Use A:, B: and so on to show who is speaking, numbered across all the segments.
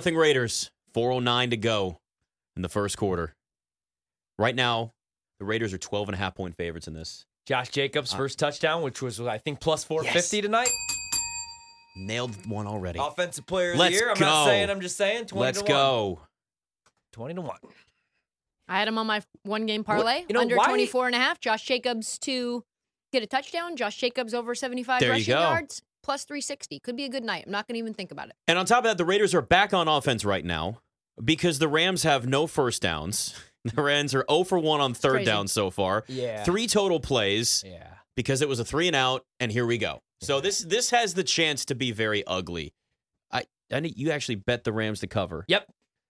A: Nothing Raiders. 409 to go in the first quarter. Right now, the Raiders are 12 and a half point favorites in this.
B: Josh Jacobs'
A: Uh,
B: first touchdown, which was, I think, plus 450 tonight.
A: Nailed one already.
B: Offensive player of
A: Let's
B: the year. I'm
A: go.
B: not saying, I'm just saying 20
A: Let's
B: to 1.
A: go.
B: 20 to 1.
C: I had him on my one game parlay
B: you know,
C: under
B: why-
C: 24 and a half. Josh Jacobs to get a touchdown. Josh Jacobs over 75
A: There you
C: rushing
A: go.
C: yards plus 360. Could be a good night. I'm not going to even think about it.
A: And on top of that, the Raiders are back on offense right now because the Rams have no first downs. The Rams are 0 for 1 on third
C: Crazy.
A: down so far.
B: Yeah.
A: Three total plays
B: Yeah.
A: because it was a three and out, and here we go. So this this has the chance to be very ugly. I, I need, you actually bet the Rams to cover.
B: Yep.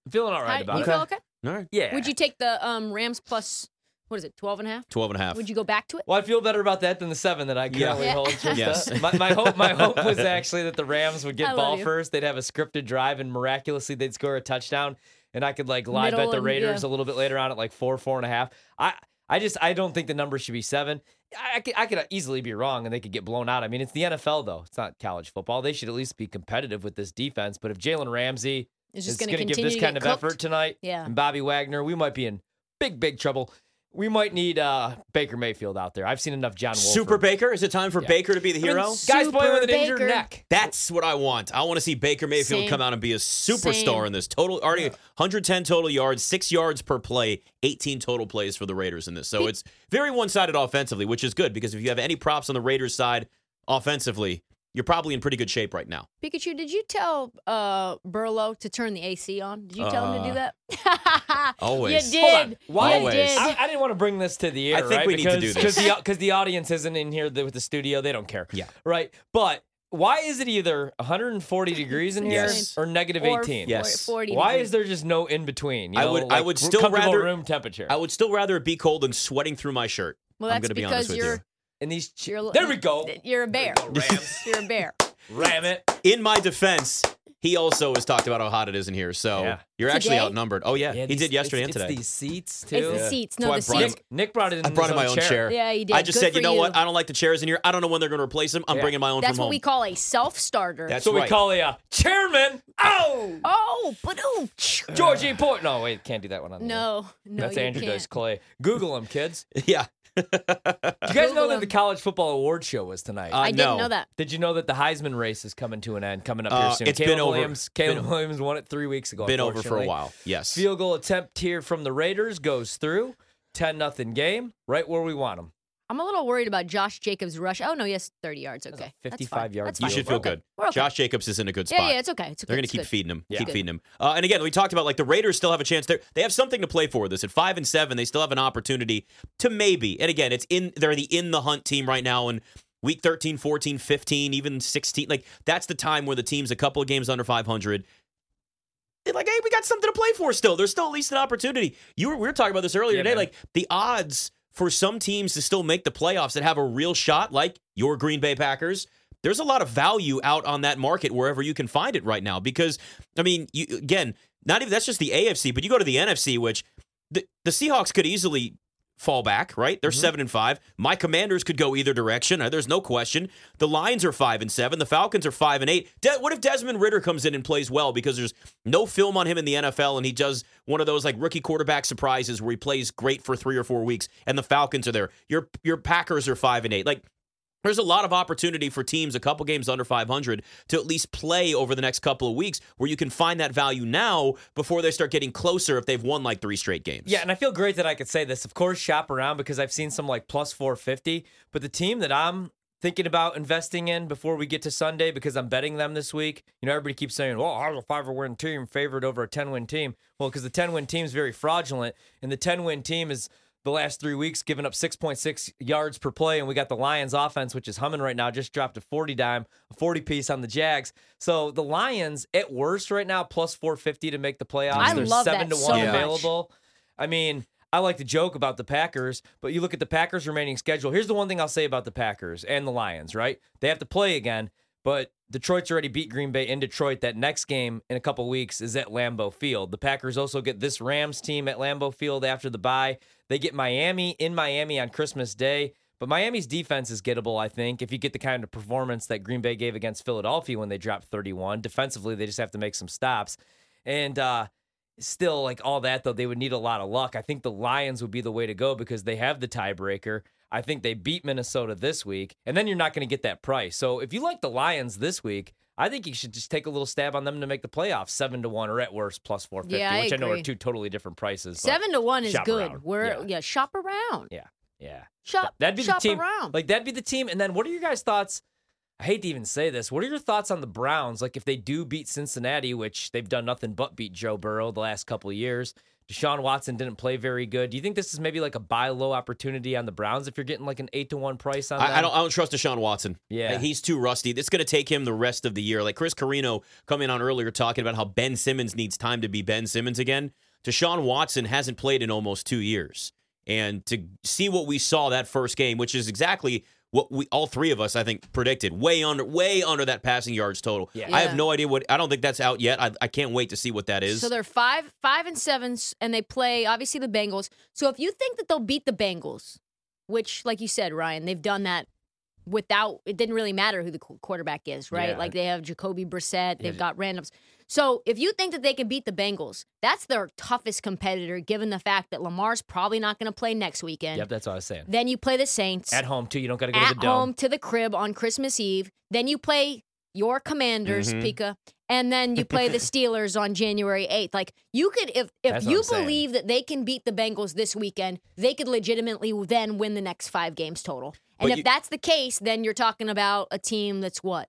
B: I'm feeling all right
C: Hi,
B: about
C: you
B: it.
C: feel okay?
A: All right.
B: Yeah.
C: Would you take the um, Rams plus, what is it, 12 and a half?
A: 12 and a half.
C: Would you go back to it?
B: Well, I feel better about that than the seven that I
A: Yeah.
B: currently
C: Yeah.
B: hold. Trista.
A: Yes.
B: My, my hope, my hope was actually that the Rams would
C: I
B: get
C: love
B: ball
C: you.
B: first. They'd have a scripted drive, and miraculously, they'd score a touchdown. And I could like live bet
C: Middle
B: the
C: and-
B: Raiders
C: yeah.
B: a little bit later on at like four, four and a half. I, I just, I don't think the number should be seven. I, I could, I could easily be wrong, and they could get blown out. I mean, it's the NFL though; it's not college football. They should at least be competitive with this defense. But if Jalen Ramsey
C: It's
B: is
C: just going
B: going to give
C: continue
B: this
C: to
B: kind
C: get
B: of
C: cooked.
B: effort tonight,
C: Yeah.
B: and Bobby Wagner, we might be in big, big trouble. We might need uh, Baker Mayfield out there. I've seen enough John Wolford.
A: Super Baker? Is it time for
B: Yeah.
A: Baker to be the hero?
C: s-
B: Guys playing with an
C: Super
B: injured
C: Baker.
B: neck.
A: That's what I want. I want to see Baker Mayfield
C: Same.
A: come out and be a superstar
C: Same.
A: in this. Total already 110 total yards, six yards per play, 18 total plays for the Raiders in this. So it's very one-sided offensively, which is good because if you have any props on the Raiders side offensively, you're probably in pretty good shape right now.
C: Pikachu, did you tell uh, Burlow to turn the AC on? Did you tell him to do that?
A: Uh. always.
C: You
B: Hold on.
C: did.
B: Why-
C: You
A: Always.
C: did.
B: I, I didn't want to bring this to the air.
A: I think
B: right?
A: we need to do
B: because, because
A: this.
B: the because the audience isn't in here th- with the studio. They don't care.
A: Yeah.
B: Right. But why is it either 140 degrees in here
A: Yes.
B: or negative
C: Or
B: 18?
C: four-
A: Yes.
C: 40
B: Why
C: degrees.
B: is there just no in between? You
A: I
B: know,
A: would- I
B: like,
A: would
B: r-
A: still
B: comfortable
A: rather-
B: room temperature.
A: I would still rather it be cold than sweating through my shirt.
C: Well,
A: I'm going
C: that's
A: to be
C: because
A: honest with
C: you're,
A: you.
B: and these ch-
C: you're.
B: there we go.
C: You're a bear.
B: Rams.
C: You're a bear.
B: Ram it.
A: In my defense, he also has talked about how hot it is in here. So
B: Yeah.
A: you're actually
C: Today?
A: outnumbered. Oh yeah,
B: Yeah,
A: he
B: these-
A: did yesterday
B: it's,
A: and today.
B: It's these seats too.
C: It's the seats. No, the
A: That's why I
C: seats.
A: brought
B: Nick, Nick brought it in.
A: I brought
B: his
A: in my
B: own
A: own chair.
C: Yeah, you did.
A: I just
C: Good
A: said, you
C: for
A: know what? I don't like the chairs in here. I don't know when they're going to replace them. I'm
B: Yeah.
A: bringing my own
C: That's
A: from
C: what
A: home.
C: we call a self-starter.
A: That's
B: So
A: right.
B: we call you a uh, chairman. Oh,
C: oh, but oh,
A: Uh,
B: Georgie Port. No, wait, can't do that one on the air.
C: no, no,
B: That's
C: you
B: Andrew
C: can't.
B: Dice Clay. Google him, kids.
A: yeah.
B: Did you guys know
C: Google
B: that
C: him.
B: the College Football Award Show was tonight?
A: Uh,
C: I didn't
A: no.
C: know that.
B: Did you know that the Heisman race is coming to an end, coming up
A: Uh,
B: here soon?
A: it's
B: Caleb
A: been over.
B: Williams, Caleb Williams won it three weeks ago.
A: Been over for a
B: unfortunately.
A: while. Yes.
B: Field goal attempt here from the Raiders goes through. 10 nothing game, right where we want them.
C: I'm a little worried about Josh Jacobs' rush. Oh no, yes, 30 yards. Okay, That's fine.
B: 55 yard
C: That's
A: you
C: fine.
A: should
B: We're
A: feel
C: We're okay.
A: good.
C: We're okay.
A: Josh Jacobs is in a good spot.
C: Yeah, yeah, it's okay. It's okay.
A: They're going to
C: It's
A: keep
C: good.
A: feeding him.
B: Yeah.
A: Keep
C: Good.
A: feeding him. Uh, and again, we talked about like the Raiders still have a chance. They they have something to play for this at five and seven. They still have an opportunity to maybe. And again, it's in they're the in the hunt team right now and. Week 13, 14, 15, even 16. Like, that's the time where the team's a couple of games under 500. They're like, hey, we got something to play for still. There's still at least an opportunity. You were, we were talking about this earlier
B: Yeah,
A: today.
B: man.
A: Like, the odds for some teams to still make the playoffs that have a real shot, like your Green Bay Packers, there's a lot of value out on that market wherever you can find it right now. Because, I mean, you, again, not even that's just the AFC, but you go to the NFC, which the, the Seahawks could easily fall back, right?
B: Mm-hmm.
A: They're seven and five. My commanders could go either direction. Uh, There's no question. The Lions are five and seven. The Falcons are five and eight. De- what if Desmond Ritter comes in and plays well because there's no film on him in the NFL and he does one of those like rookie quarterback surprises where he plays great for three or four weeks and the Falcons are there. Your your Packers are five and eight. Like there's a lot of opportunity for teams a couple games under 500 to at least play over the next couple of weeks where you can find that value now before they start getting closer if they've won like three straight games.
B: Yeah, and I feel great that I could say this. Of course, shop around because I've seen some like plus 450, but the team that I'm thinking about investing in before we get to Sunday because I'm betting them this week. You know, everybody keeps saying, well, how's a five win team favored over a 10 win team? Well, because the 10 win team is very fraudulent, and the 10 win team is the last three weeks giving up 6.6 yards per play. And we got the Lions offense, which is humming right now, just dropped a 40 dime, a 40 piece on the Jags. So the Lions, at worst right now, plus 450 to make the playoffs.
C: I
B: They're
C: love that
B: 7 to
C: so
B: 1
C: much.
B: available. I mean, I like to joke about the Packers, but you look at the Packers' remaining schedule. Here's the one thing I'll say about the Packers and the Lions, right? They have to play again, but Detroit's already beat Green Bay in Detroit. That next game in a couple weeks is at Lambeau Field. The Packers also get this Rams team at Lambeau Field after the bye. They get Miami in Miami on Christmas Day. But Miami's defense is gettable, I think, if you get the kind of performance that Green Bay gave against Philadelphia when they dropped 31. Defensively, they just have to make some stops. And uh, still, like all that, though, they would need a lot of luck. I think the Lions would be the way to go because they have the tiebreaker. I think they beat Minnesota this week, and then you're not going to get that price. So if you like the Lions this week, I think you should just take a little stab on them to make the playoffs, seven to one, or at worst plus four fifty,
C: Yeah, I
B: which I know are
C: agree.
B: two totally different prices. but
C: Seven to one is
B: shop
C: good.
B: around.
C: We're
B: Yeah.
C: yeah. shop around.
B: yeah,
C: Shop.
B: that'd be the
C: shop
B: team.
C: around.
B: Like that'd be the team. And then what are your guys' thoughts? I hate to even say this. What are your thoughts on the Browns? Like if they do beat Cincinnati, which they've done nothing but beat Joe Burrow the last couple of years. Deshaun Watson didn't play very good. Do you think this is maybe like a buy low opportunity on the Browns if you're getting like an eight to one price on them?
A: I, I don't. I don't trust Deshaun Watson.
B: Yeah.
A: Like, he's too rusty. It's going to take him the rest of the year. Like Chris Carino coming on earlier talking about how Ben Simmons needs time to be Ben Simmons again. Deshaun Watson hasn't played in almost two years, and to see what we saw that first game, which is exactly what we all three of us I think predicted, way under, way under that passing yards total.
B: Yeah.
A: I have
C: Yeah.
A: no idea what. I don't think that's out yet. I, I can't wait to see what that is.
C: So they're five, five and seven, s- and they play obviously the Bengals. So if you think that they'll beat the Bengals, which, like you said, Ryan, they've done that without. It didn't really matter who the qu- quarterback is, right?
B: Yeah.
C: Like they have Jacoby Brissett,
B: Yeah,
C: they've
B: j-
C: got randoms. So if you think that they can beat the Bengals, that's their toughest competitor, given the fact that Lamar's probably not going to play next weekend.
B: Yep, that's what I was saying.
C: Then you play the Saints
B: At home too. You don't got to go to
C: at
B: the dome.
C: home to the crib on Christmas Eve. Then you play your Commanders,
B: Mm-hmm.
A: Mhm.
C: Pika, and then you play the Steelers on January eighth. Like you could, if if
B: That's what
C: you
B: I'm saying.
C: believe that they can beat the Bengals this weekend, they could legitimately then win the next five games total.
A: But
C: And if
A: you-
C: that's the case, then you're talking about a team that's what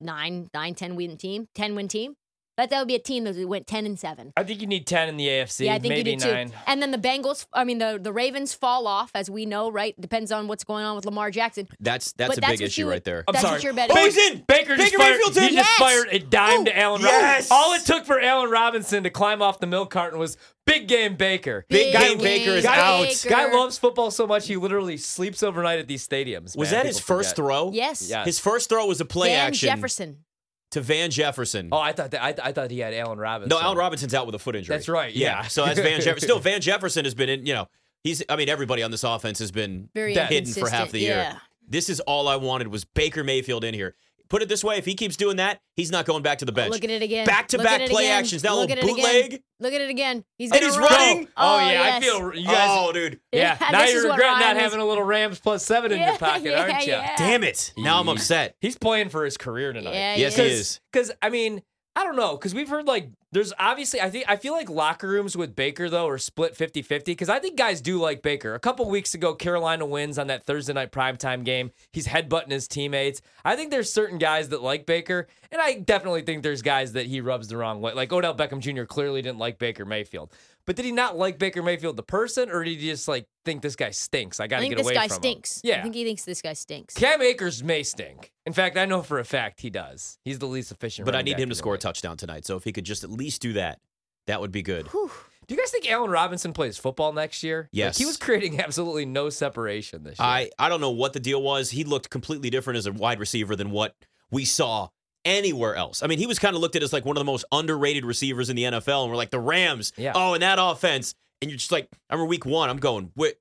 C: nine, nine, ten win team, ten win team. That that would be a team that went ten and seven.
B: I think you need ten in the AFC.
C: Yeah, I think
B: maybe
C: you do
B: nine.
C: too. And then the Bengals, I mean the the Ravens fall off as we know, right? Depends on what's going on with Lamar Jackson.
A: that's that's
C: but
A: a
C: that's
A: big
C: what
A: issue
C: you would-
A: right there.
B: I'm
C: That's
B: sorry.
C: what you're betting.
A: Oh, he's in!
B: Baker just
A: Baker
B: fired.
A: Mayfield's in!
B: He just
C: Yes!
B: fired a dime
C: Ooh,
B: to Allen
A: yes!
B: Robinson. All it took for Allen Robinson to climb off the milk carton was big game Baker.
A: Big
B: Guy-
A: game Baker is
B: guy,
A: out.
B: Guy loves football so much he literally sleeps overnight at these stadiums.
A: Was
B: man.
A: that his
B: People
A: first
B: forget.
A: throw?
C: Yes.
B: Yeah.
A: His first throw was a play
C: Dan
A: action
C: Jefferson.
A: to Van Jefferson.
B: Oh, I thought that, I, I thought he had Allen Robinson.
A: No, Allen Robinson's out with a foot injury.
B: That's right, yeah.
A: So that's Van Jefferson. Still, Van Jefferson has been in, you know, he's, I mean, everybody on this offense has been
C: Very
B: Dead.
A: hidden for half the
C: inconsistent,
A: year.
C: yeah.
A: This is all I wanted was Baker Mayfield in here. Put it this way if he keeps doing that, he's not going back to the bench.
C: Oh, Look at it again.
A: Back to
C: Look at
A: back
C: it
A: play
C: again.
A: actions. Now a
C: Look
A: little
C: at it again.
A: bootleg.
C: Look at it again. He's
A: And
C: gonna
A: he's
C: run.
A: running.
B: Oh, yeah, I
C: yes.
B: feel you guys.
A: Oh, dude.
B: yeah.
C: Yeah,
B: now
C: this
B: you're
C: is what
B: regretting not
C: Ryan was-
B: having a little Rams plus seven in
C: Yeah,
B: your pocket,
C: yeah,
B: aren't you?
C: yeah.
A: Damn it. Now I'm
B: Yeah.
A: upset.
B: He's playing for his career tonight.
C: Yeah,
A: Yes, he
C: yeah.
A: is.
B: Because I mean, I don't know. Because we've heard like there's obviously I think I feel like locker rooms with Baker though are split 50-50 Because I think guys do like Baker. A couple weeks ago, Carolina wins on that Thursday night primetime game. He's headbutting his teammates. I think there's certain guys that like Baker, and I definitely think there's guys that he rubs the wrong way. Like Odell Beckham Jr. clearly didn't like Baker Mayfield. But did he not like Baker Mayfield the person, or did he just like think this guy stinks? I
C: I
B: got to
C: think
B: get
C: this
B: away
C: guy
B: from him.
C: stinks.
B: Yeah,
C: I think he thinks this guy stinks.
B: Cam Akers may stink. In fact, I know for a fact he does. He's the least efficient.
A: But I
B: running
A: need
B: back
A: him
B: in
A: to
B: the
A: score a
B: league.
A: touchdown tonight. So if he could just at least do that, that would be good.
C: Whew.
B: Do you guys think Allen Robinson plays football next year? Like,
A: Yes.
B: he was creating absolutely no separation this year.
A: I, I don't know what the deal was. He looked completely different as a wide receiver than what we saw anywhere else. I mean, he was kind of looked at as like one of the most underrated receivers in the NFL, and we're like the Rams.
B: Yeah.
A: Oh, and that offense, and you're just like, I remember week one, I'm going, where,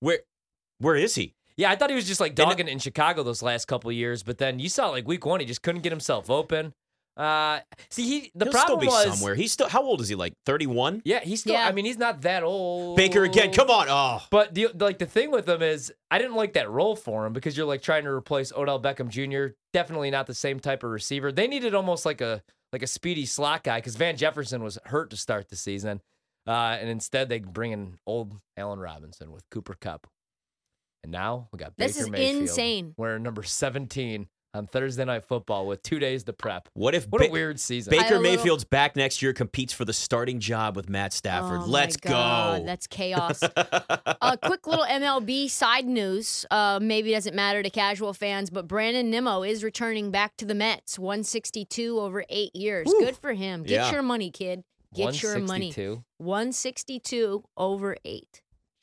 A: where, where is he?
B: yeah, I thought he was just like dogging it in Chicago those last couple of years, but then you saw like week one, he just couldn't get himself open. Uh, see, he the
A: He'll still
B: problem
A: be
B: was
A: somewhere. He's still. How old is he? Like 31.
B: yeah, he's still.
C: Yeah.
B: I mean, he's not that old.
A: Baker again. Come on. Oh,
B: But the, like the thing with him is, I didn't like that role for him because you're like trying to replace Odell Beckham Jr. Definitely not the same type of receiver. They needed almost like a like a speedy slot guy because Van Jefferson was hurt to start the season, uh, and instead they bring in old Allen Robinson with Cooper Cup, and now we got
C: This
B: Baker
C: is
B: Mayfield.
C: insane.
B: We're number 17 on Thursday Night Football with two days to prep.
A: what if
B: What a
A: Ba-
B: weird season.
C: I
A: Baker
C: a little-
A: Mayfield's back next year competes for the starting job with Matt Stafford?
C: Oh,
A: Let's
C: my God,
A: go.
C: That's chaos. a quick little MLB side news. Uh, maybe doesn't matter to casual fans, but Brandon Nimmo is returning back to the Mets. 162 over eight years. Good for him. Get
A: Yeah.
C: your money, kid. Get your money.
B: 162.
C: 162 over eight.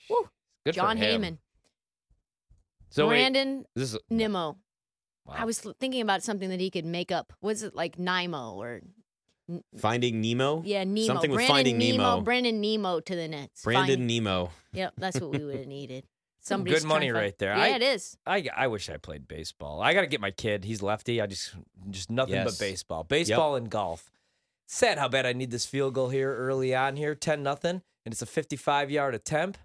C: Woo.
B: Good for
C: John
B: him.
C: Heyman.
B: So wait,
C: Brandon
B: this is, wow.
C: Nimmo. I was l- thinking about something that he could make up. Was it like Nimo or
A: Finding Nemo.
C: yeah, Nemo?
A: Something with
C: Brandon
A: Finding Nemo.
C: Brandon Nemo to the Nets.
A: Brandon
C: Finding-
A: Nemo.
C: Yep, that's what we would have needed.
B: Some
C: Somebody's
B: good
C: trying to
B: money
C: find-
B: right there.
C: Yeah,
B: I-
C: it is.
B: I, I wish I played baseball. I got to get my kid. He's lefty. I just just nothing
A: Yes.
B: but baseball, baseball and golf. sad how bad I need this field goal here early on here, 10 nothing, and it's a 55 yard attempt.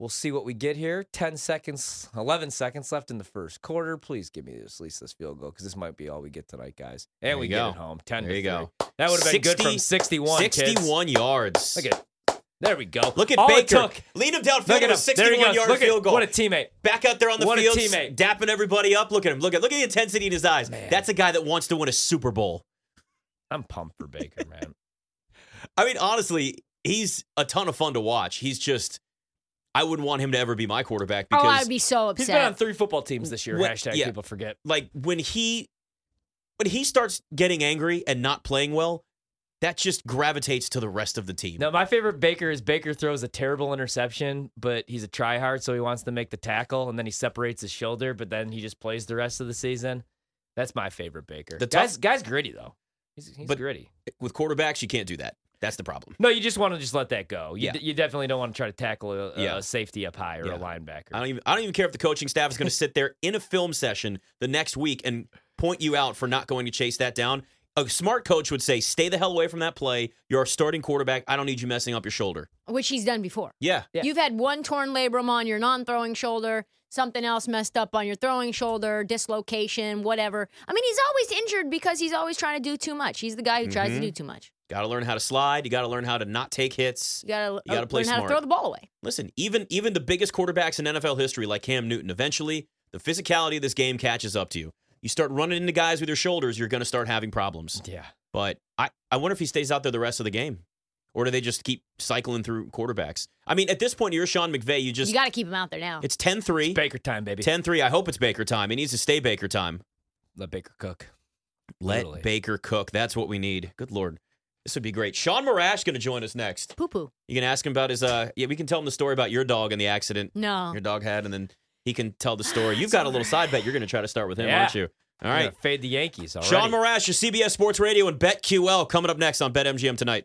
B: We'll see what we get here. 10 seconds, 11 seconds left in the first quarter. Please give me this, at least this field goal because this might be all we get tonight, guys. And
A: There
B: we
A: you
B: get
A: go.
B: it home. 10
A: There
B: to
A: you go.
B: three. That would have been good from 61. kids.
A: 61 yards.
B: Look at There we go.
A: Look at
B: all
A: Baker.
B: It took.
A: Lean him downfield
B: Look at
A: with a
B: him. There he
A: 61
B: goes.
A: yard
B: Look at-
A: field goal.
B: What a teammate.
A: Back out there on the
B: what a
A: field,
B: teammate.
A: dapping everybody up. Look at him. Look at look at the intensity in his eyes.
B: Man.
A: That's a guy that wants to win a Super Bowl.
B: I'm pumped for Baker, man.
A: I mean, honestly, he's a ton of fun to watch. He's just, I wouldn't want him to ever be my quarterback because
C: oh, I'd be so
B: He's been on
C: upset.
B: three football teams this year.
A: What-
B: Hashtag
A: yeah.
B: people forget.
A: like when he when he starts getting angry and not playing well, that just gravitates to the rest of the team.
B: No, my favorite Baker is Baker throws a terrible interception, but he's a tryhard, so he wants to make the tackle, and then he separates his shoulder, but then he just plays the rest of the season. That's my favorite Baker.
A: The
B: The
A: tough-
B: guy's, guy's gritty though. He's, he's
A: But-
B: gritty.
A: With quarterbacks, you can't do that. That's the problem.
B: No, you just want to just let that go. You,
A: Yeah.
B: d- you definitely don't want to try to tackle a, a
A: Yeah.
B: safety up high or
A: Yeah.
B: a linebacker.
A: I don't even I don't even care if the coaching staff is going to sit there in a film session the next week and point you out for not going to chase that down. A smart coach would say, "Stay the hell away from that play. You're our starting quarterback. I don't need you messing up your shoulder."
C: Which he's done before.
A: Yeah.
B: Yeah.
C: You've had one torn labrum on your non throwing shoulder, something else messed up on your throwing shoulder, dislocation, whatever. I mean, he's always injured because he's always trying to do too much. He's the guy who tries
A: Mhm.
C: to do too much.
A: Got to learn how to slide. You got to learn how to not take hits.
C: You gotta,
A: You gotta play
C: learn how
A: smart.
C: to throw the ball away.
A: Listen, even even the biggest quarterbacks in NFL history like Cam Newton, eventually the physicality of this game catches up to you. You start running into guys with your shoulders, you're going to start having problems.
B: yeah.
A: But I, I wonder if he stays out there the rest of the game. Or do they just keep cycling through quarterbacks? I mean, at this point, you're Sean McVay. You just,
C: you gotta keep him out there now.
A: it's 10 3.
B: Baker time, baby.
A: 10 3. I hope it's Baker time. He needs to stay Baker time.
B: Let Baker cook.
A: Let
B: Literally.
A: Baker cook. That's what we need. Good Lord. This would be great. Sean Morash going to join us next.
C: Poo poo.
A: You can ask him about his, uh, yeah, we can tell him the story about your dog and the accident
C: No.
A: your dog had, and then he can tell the story. You've got a little side bet you're going to try to start with him,
B: Yeah.
A: aren't you? All
B: We're
A: right.
B: gonna Fade the Yankees. Already.
A: Sean Morash, your CBS Sports Radio and BetQL coming up next on BetMGM tonight.